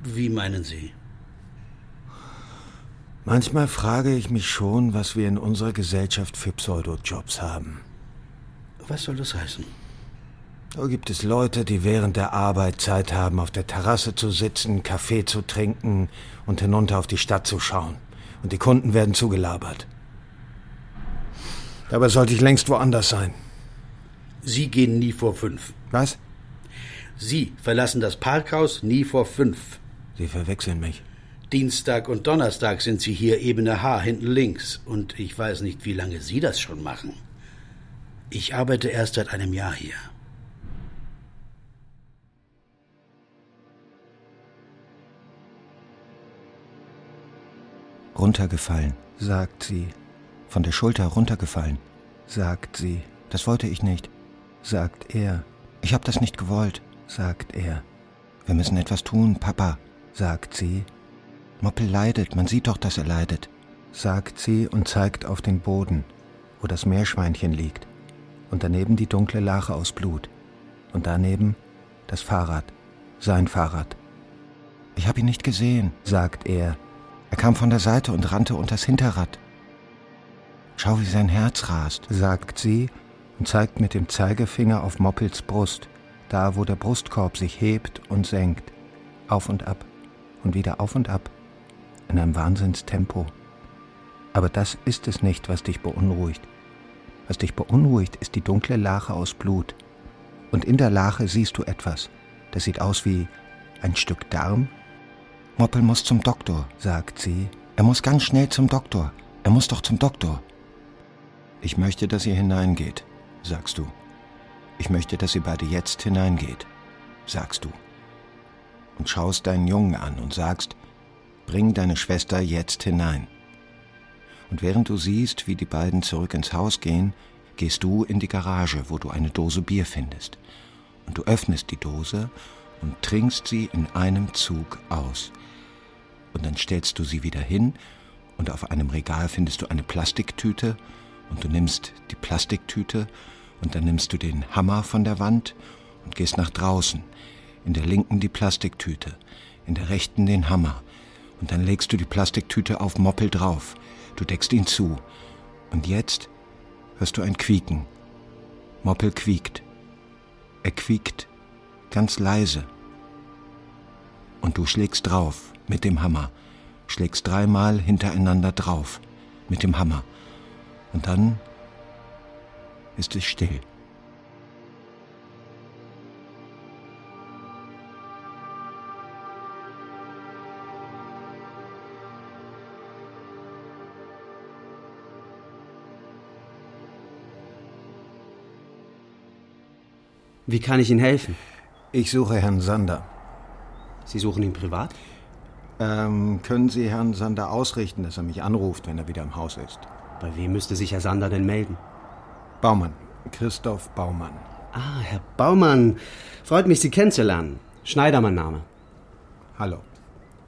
J: Wie meinen Sie?
O: Manchmal frage ich mich schon, was wir in unserer Gesellschaft für Pseudojobs haben.
J: Was soll das heißen?
O: Da gibt es Leute, die während der Arbeit Zeit haben, auf der Terrasse zu sitzen, Kaffee zu trinken und hinunter auf die Stadt zu schauen. Und die Kunden werden zugelabert. Dabei sollte ich längst woanders sein.
J: Sie gehen nie vor fünf.
O: Was?
J: Sie verlassen das Parkhaus nie vor fünf.
O: Sie verwechseln mich.
J: Dienstag und Donnerstag sind Sie hier Ebene H hinten links. Und ich weiß nicht, wie lange Sie das schon machen. Ich arbeite erst seit einem Jahr hier.
B: Runtergefallen, sagt sie. Von der Schulter runtergefallen, sagt sie. Das wollte ich nicht, sagt er. Ich habe das nicht gewollt, sagt er. Wir müssen etwas tun, Papa, sagt sie. Moppel leidet, man sieht doch, dass er leidet, sagt sie und zeigt auf den Boden, wo das Meerschweinchen liegt. Und daneben die dunkle Lache aus Blut. Und daneben das Fahrrad, sein Fahrrad. Ich habe ihn nicht gesehen, sagt er. Er kam von der Seite und rannte unters Hinterrad. Schau, wie sein Herz rast, sagt sie und zeigt mit dem Zeigefinger auf Moppels Brust, da wo der Brustkorb sich hebt und senkt, auf und ab und wieder auf und ab, in einem Wahnsinnstempo. Aber das ist es nicht, was dich beunruhigt. Was dich beunruhigt, ist die dunkle Lache aus Blut. Und in der Lache siehst du etwas. Das sieht aus wie ein Stück Darm. Moppel muss zum Doktor, sagt sie. Er muss ganz schnell zum Doktor. Er muss doch zum Doktor. Ich möchte, dass ihr hineingeht, sagst du. Ich möchte, dass ihr beide jetzt hineingeht, sagst du. Und schaust deinen Jungen an und sagst, bring deine Schwester jetzt hinein. Und während du siehst, wie die beiden zurück ins Haus gehen, gehst du in die Garage, wo du eine Dose Bier findest. Und du öffnest die Dose und trinkst sie in einem Zug aus. Und dann stellst du sie wieder hin und auf einem Regal findest du eine Plastiktüte und du nimmst die Plastiktüte und dann nimmst du den Hammer von der Wand und gehst nach draußen. In der linken die Plastiktüte, in der rechten den Hammer. Und dann legst du die Plastiktüte auf Moppel drauf. Du deckst ihn zu. Und jetzt hörst du ein Quieken. Moppel quiekt. Er quiekt ganz leise. Und du schlägst drauf mit dem Hammer, schlägst dreimal hintereinander drauf mit dem Hammer. Und dann ist es still.
P: Wie kann ich Ihnen helfen?
B: Ich suche Herrn Sander.
P: Sie suchen ihn privat?
B: Ähm, können Sie Herrn Sander ausrichten, dass er mich anruft, wenn er wieder im Haus ist?
P: Bei wem müsste sich Herr Sander denn melden?
B: Baumann. Christoph Baumann.
P: Ah, Herr Baumann. Freut mich, Sie kennenzulernen. Schneidermann Name.
B: Hallo.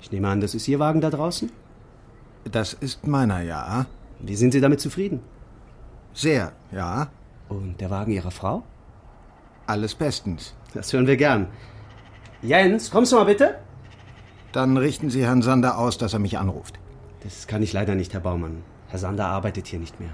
P: Ich nehme an, das ist Ihr Wagen da draußen?
B: Das ist meiner, ja.
P: Wie sind Sie damit zufrieden?
B: Sehr, ja.
P: Und der Wagen Ihrer Frau?
B: Alles bestens.
P: Das hören wir gern. Jens, kommst du mal bitte?
B: Dann richten Sie Herrn Sander aus, dass er mich anruft.
P: Das kann ich leider nicht, Herr Baumann. Herr Sander arbeitet hier nicht mehr.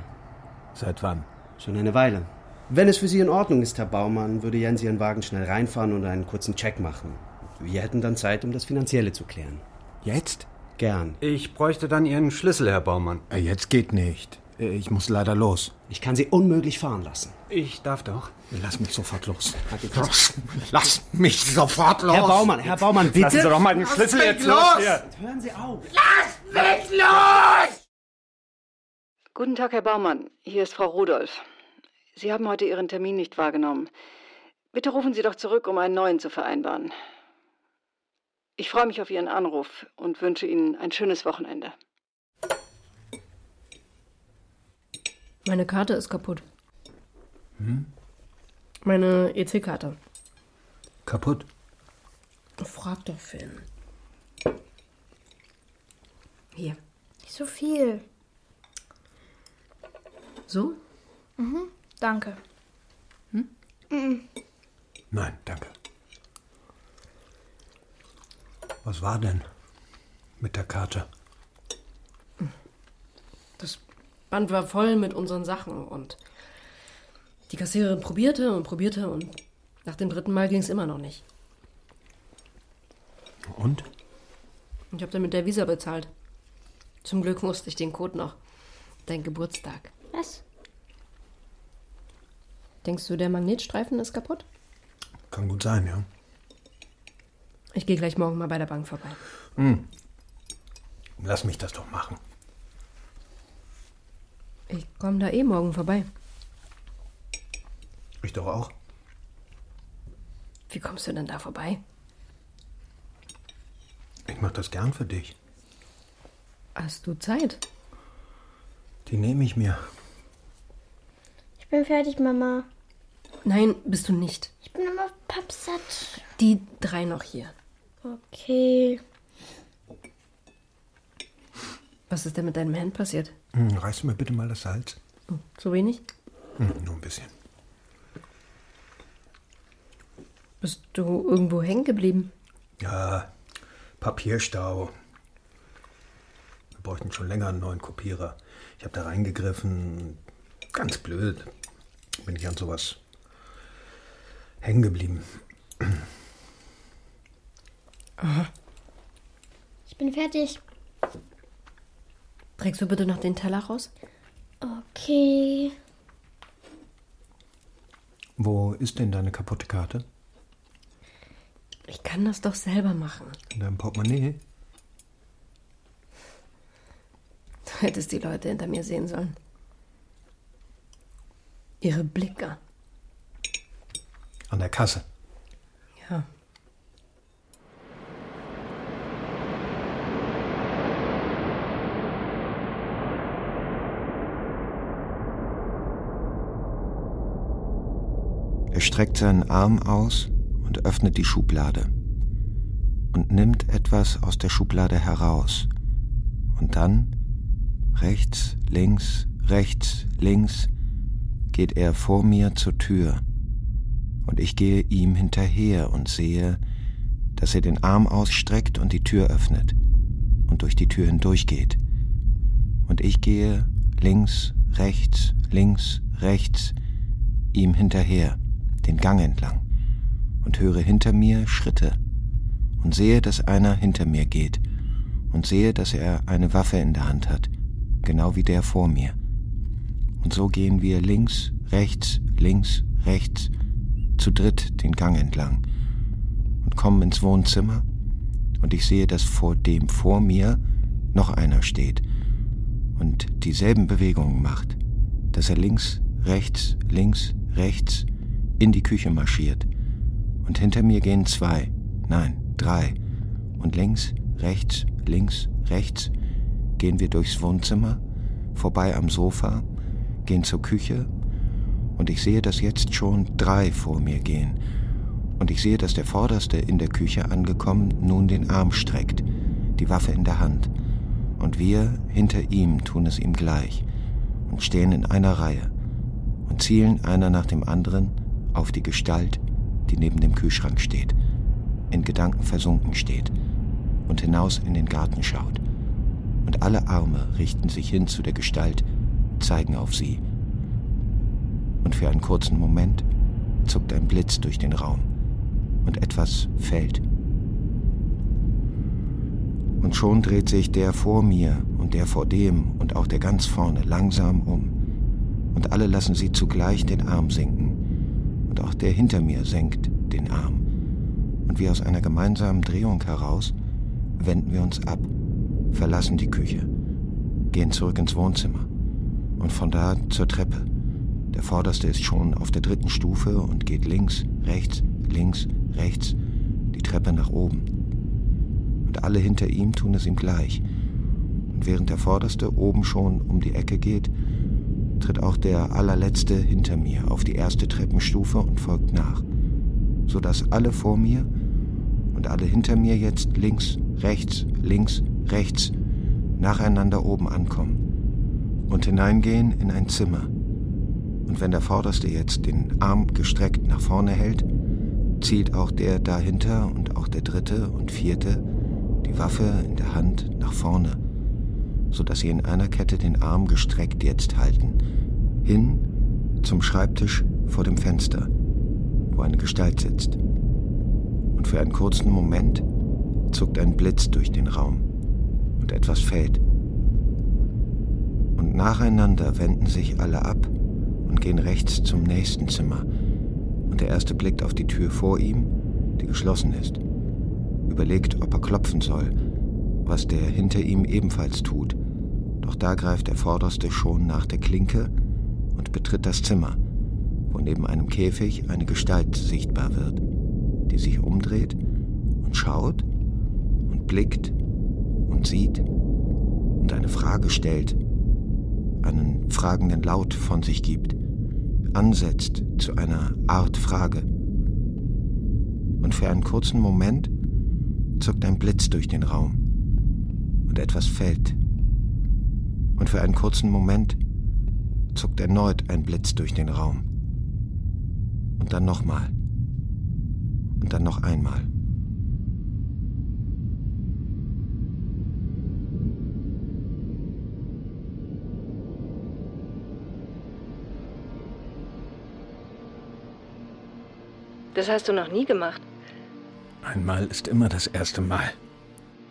B: Seit wann?
P: Schon eine Weile. Wenn es für Sie in Ordnung ist, Herr Baumann, würde Jens Ihren Wagen schnell reinfahren und einen kurzen Check machen. Wir hätten dann Zeit, um das Finanzielle zu klären.
B: Jetzt?
P: Gern.
Q: Ich bräuchte dann Ihren Schlüssel, Herr Baumann.
B: Äh, Jetzt geht nicht. Äh, Ich muss leider los.
P: Ich kann Sie unmöglich fahren lassen.
Q: Ich darf doch.
B: Lass mich sofort los.
Q: Lass, lass mich sofort los.
P: Herr Baumann, Herr Baumann, bitte.
Q: Lassen Sie doch mal den Schlüssel jetzt los. los hier.
P: Hören Sie auf.
Q: Lass mich los!
R: Guten Tag, Herr Baumann. Hier ist Frau Rudolph. Sie haben heute Ihren Termin nicht wahrgenommen. Bitte rufen Sie doch zurück, um einen neuen zu vereinbaren. Ich freue mich auf Ihren Anruf und wünsche Ihnen ein schönes Wochenende.
H: Meine Karte ist kaputt.
B: Hm?
H: Meine E EC-Karte.
B: Kaputt.
H: Frag doch Finn.
S: Hier.
G: Nicht so viel.
H: So?
G: Mhm, danke.
H: Hm?
G: Mhm.
B: Nein, danke. Was war denn mit der Karte?
H: Das Band war voll mit unseren Sachen und die Kassiererin probierte und probierte und nach dem dritten Mal ging es immer noch nicht.
B: Und?
H: Ich habe dann mit der Visa bezahlt. Zum Glück musste ich den Code noch. Dein Geburtstag.
G: Was?
H: Denkst du, der Magnetstreifen ist kaputt?
B: Kann gut sein, ja.
H: Ich gehe gleich morgen mal bei der Bank vorbei.
B: Hm. Lass mich das doch machen.
H: Ich komme da eh morgen vorbei.
B: Ich doch auch.
H: Wie kommst du denn da vorbei?
B: Ich mach das gern für dich.
H: Hast du Zeit?
E: Die nehme ich mir.
F: Ich bin fertig, Mama.
H: Nein, bist du nicht.
F: Ich bin immer pappsatt.
H: Die drei noch hier.
F: Okay.
H: Was ist denn mit deinem Hand passiert?
E: Hm, reißt du mir bitte mal das Salz?
H: Hm, Zu wenig?
E: Hm, nur ein bisschen.
H: Bist du irgendwo hängen geblieben?
E: Ja, Papierstau. Wir bräuchten schon länger einen neuen Kopierer. Ich habe da reingegriffen. Ganz blöd. Bin ich an sowas hängen geblieben.
F: Ich bin fertig.
H: Trägst du bitte noch den Teller raus?
F: Okay.
E: Wo ist denn deine kaputte Karte?
H: Ich kann das doch selber machen.
E: In deinem Portemonnaie?
H: Du hättest die Leute hinter mir sehen sollen. Ihre Blicke.
E: An der Kasse.
H: Ja.
B: Er streckt seinen Arm aus und öffnet die Schublade und nimmt etwas aus der Schublade heraus. Und dann rechts, links, rechts, links geht er vor mir zur Tür. Und ich gehe ihm hinterher und sehe, dass er den Arm ausstreckt und die Tür öffnet und durch die Tür hindurch geht. Und ich gehe links, rechts, links, rechts ihm hinterher, den Gang entlang und höre hinter mir Schritte und sehe, dass einer hinter mir geht und sehe, dass er eine Waffe in der Hand hat, genau wie der vor mir. Und so gehen wir links, rechts, links, rechts, zu dritt den Gang entlang und kommen ins Wohnzimmer und ich sehe, dass vor dem vor mir noch einer steht und dieselben Bewegungen macht, dass er links, rechts, links, rechts in die Küche marschiert und hinter mir gehen zwei, nein, drei. Und links, rechts, links, rechts gehen wir durchs Wohnzimmer, vorbei am Sofa, gehen zur Küche und ich sehe, dass jetzt schon drei vor mir gehen. Und ich sehe, dass der Vorderste in der Küche angekommen nun den Arm streckt, die Waffe in der Hand. Und wir hinter ihm tun es ihm gleich und stehen in einer Reihe und zielen einer nach dem anderen auf die Gestalt, die neben dem Kühlschrank steht, in Gedanken versunken steht und hinaus in den Garten schaut. Und alle Arme richten sich hin zu der Gestalt, zeigen auf sie. Und für einen kurzen Moment zuckt ein Blitz durch den Raum und etwas fällt. Und schon dreht sich der vor mir und der vor dem und auch der ganz vorne langsam um. Und alle lassen sie zugleich den Arm sinken. Und auch der hinter mir senkt den Arm. Und wie aus einer gemeinsamen Drehung heraus wenden wir uns ab, verlassen die Küche, gehen zurück ins Wohnzimmer und von da zur Treppe. Der vorderste ist schon auf der dritten Stufe und geht links, rechts, links, rechts die Treppe nach oben. Und alle hinter ihm tun es ihm gleich. Und während der vorderste oben schon um die Ecke geht, tritt auch der allerletzte hinter mir auf die erste Treppenstufe und folgt nach, sodass alle vor mir und alle hinter mir jetzt links, rechts, links, rechts nacheinander oben ankommen und hineingehen in ein Zimmer. Und wenn der Vorderste jetzt den Arm gestreckt nach vorne hält, zieht auch der dahinter und auch der dritte und vierte die Waffe in der Hand nach vorne, sodass sie in einer Kette den Arm gestreckt jetzt halten, hin zum Schreibtisch vor dem Fenster, wo eine Gestalt sitzt. Und für einen kurzen Moment zuckt ein Blitz durch den Raum und etwas fällt. Und nacheinander wenden sich alle ab und gehen rechts zum nächsten Zimmer. Und der erste blickt auf die Tür vor ihm, die geschlossen ist, überlegt, ob er klopfen soll, was der hinter ihm ebenfalls tut. Doch da greift der Vorderste schon nach der Klinke und betritt das Zimmer, wo neben einem Käfig eine Gestalt sichtbar wird, die sich umdreht und schaut und blickt und sieht
T: und eine Frage stellt, einen fragenden Laut von sich gibt, ansetzt zu einer Art Frage. Und für einen kurzen Moment zuckt ein Blitz durch den Raum und etwas fällt. Und für einen kurzen Moment zuckt erneut ein Blitz durch den Raum. Und dann nochmal. Und dann noch einmal.
H: Das hast du noch nie gemacht,
B: Einmal ist immer das erste Mal.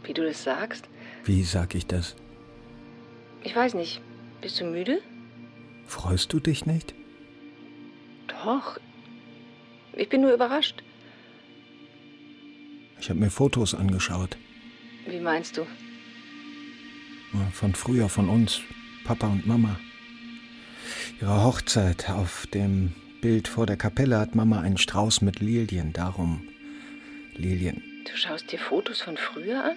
H: wie du das sagst.
B: Wie sag ich das?
H: Ich weiß nicht. Bist du müde?
B: Freust du dich nicht?
H: Doch. Ich bin nur überrascht.
B: Ich habe mir Fotos angeschaut.
H: Wie meinst du?
B: Von früher von uns, Papa und Mama. Ihre Hochzeit. Auf dem Bild vor der Kapelle hat Mama einen Strauß mit Lilien. Darum Lilien.
H: Du schaust dir Fotos von früher an?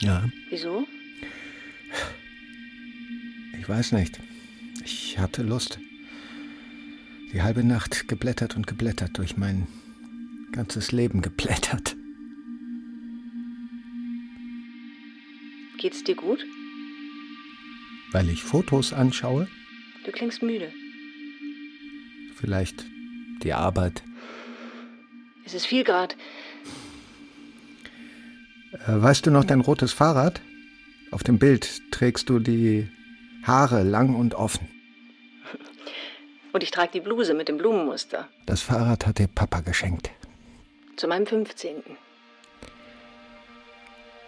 B: Ja,
H: Wieso?
B: ich weiß nicht. Ich hatte Lust. Die halbe Nacht geblättert und geblättert, durch mein ganzes Leben geblättert.
H: Geht's dir gut?
B: Weil ich Fotos anschaue,
H: Du klingst müde.
B: vielleicht die Arbeit.
H: Es ist viel Grad.
T: Äh, Weißt du noch dein rotes Fahrrad?
B: Auf dem Bild trägst du die Haare lang und offen.
H: Und ich trage die Bluse mit dem Blumenmuster.
B: Das Fahrrad hat dir Papa geschenkt.
H: Zu meinem 15.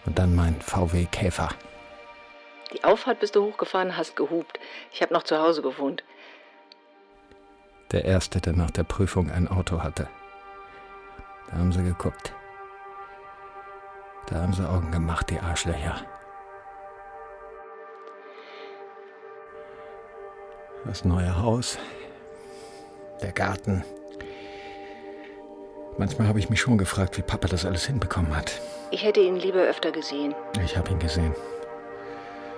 B: Und dann mein VW Käfer.
H: Die Auffahrt bist du hochgefahren, hast gehupt. Ich habe noch zu Hause gewohnt.
B: Der erste, der nach der Prüfung ein Auto hatte. Da haben sie geguckt. Da haben sie Augen gemacht, die Arschlöcher. Das neue Haus. Der Garten. Manchmal habe ich mich schon gefragt, wie Papa das alles hinbekommen hat.
H: Ich hätte ihn lieber öfter gesehen.
B: Ich habe ihn gesehen.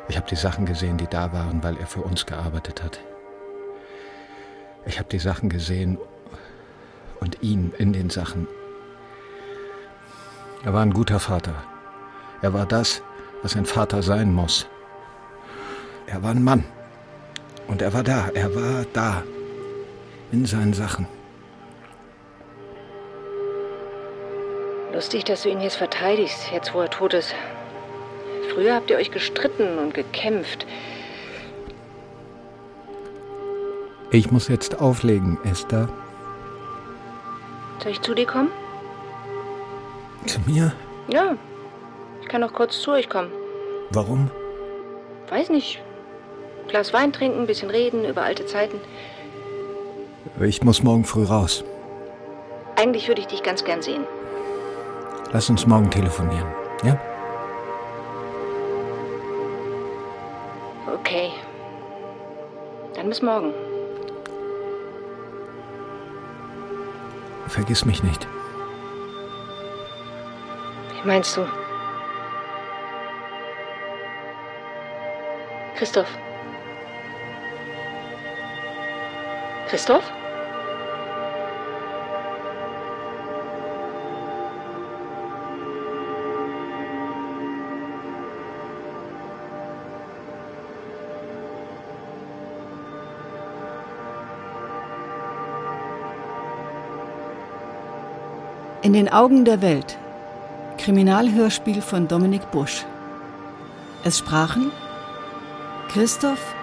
B: Ich habe die Sachen gesehen, die da waren, weil er für uns gearbeitet hat. Ich habe die Sachen gesehen und ihn in den Sachen. Er war ein guter Vater. Er war das, was ein Vater sein muss. Er war ein Mann. Und er war da, er war da. In seinen Sachen.
H: Lustig, dass du ihn jetzt verteidigst, jetzt wo er tot ist. Früher habt ihr euch gestritten und gekämpft.
B: Ich muss jetzt auflegen, Esther.
H: Soll ich zu dir kommen?
B: Zu mir?
H: Ja. Ich kann noch kurz zu euch kommen.
B: Warum?
H: Weiß nicht. Glas Wein trinken, ein bisschen reden über alte Zeiten.
B: Ich muss morgen früh raus.
H: Eigentlich würde ich dich ganz gern sehen.
B: Lass uns morgen telefonieren.
H: Okay. Dann bis morgen.
B: Vergiss mich nicht.
H: Wie meinst du? Christoph. Christoph?
M: In den Augen der Welt. Kriminalhörspiel von Dominik Busch. Es sprachen Christoph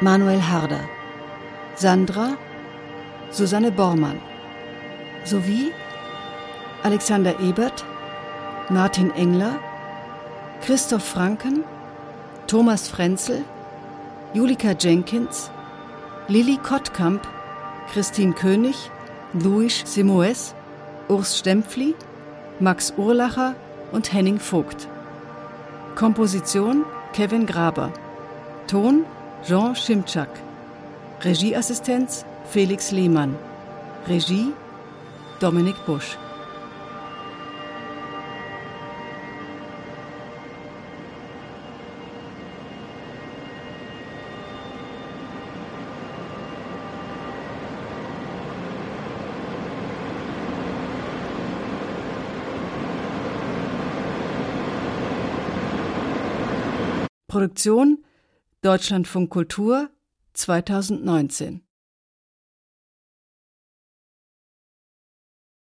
M: Manuel Harder, Sandra Susanne Bormann sowie Alexander Ebert, Martin Engler, Christoph Franken, Thomas Frenzel, Julika Jenkins, Lilly Kottkamp, Christine König, Luis Simoes, Urs Stempfli, Max Urlacher und Henning Vogt. Komposition Kevin Graber. Ton Jean Schimczak. Regieassistenz Felix Lehmann. Regie Dominik Busch. Produktion Deutschlandfunk Kultur 2019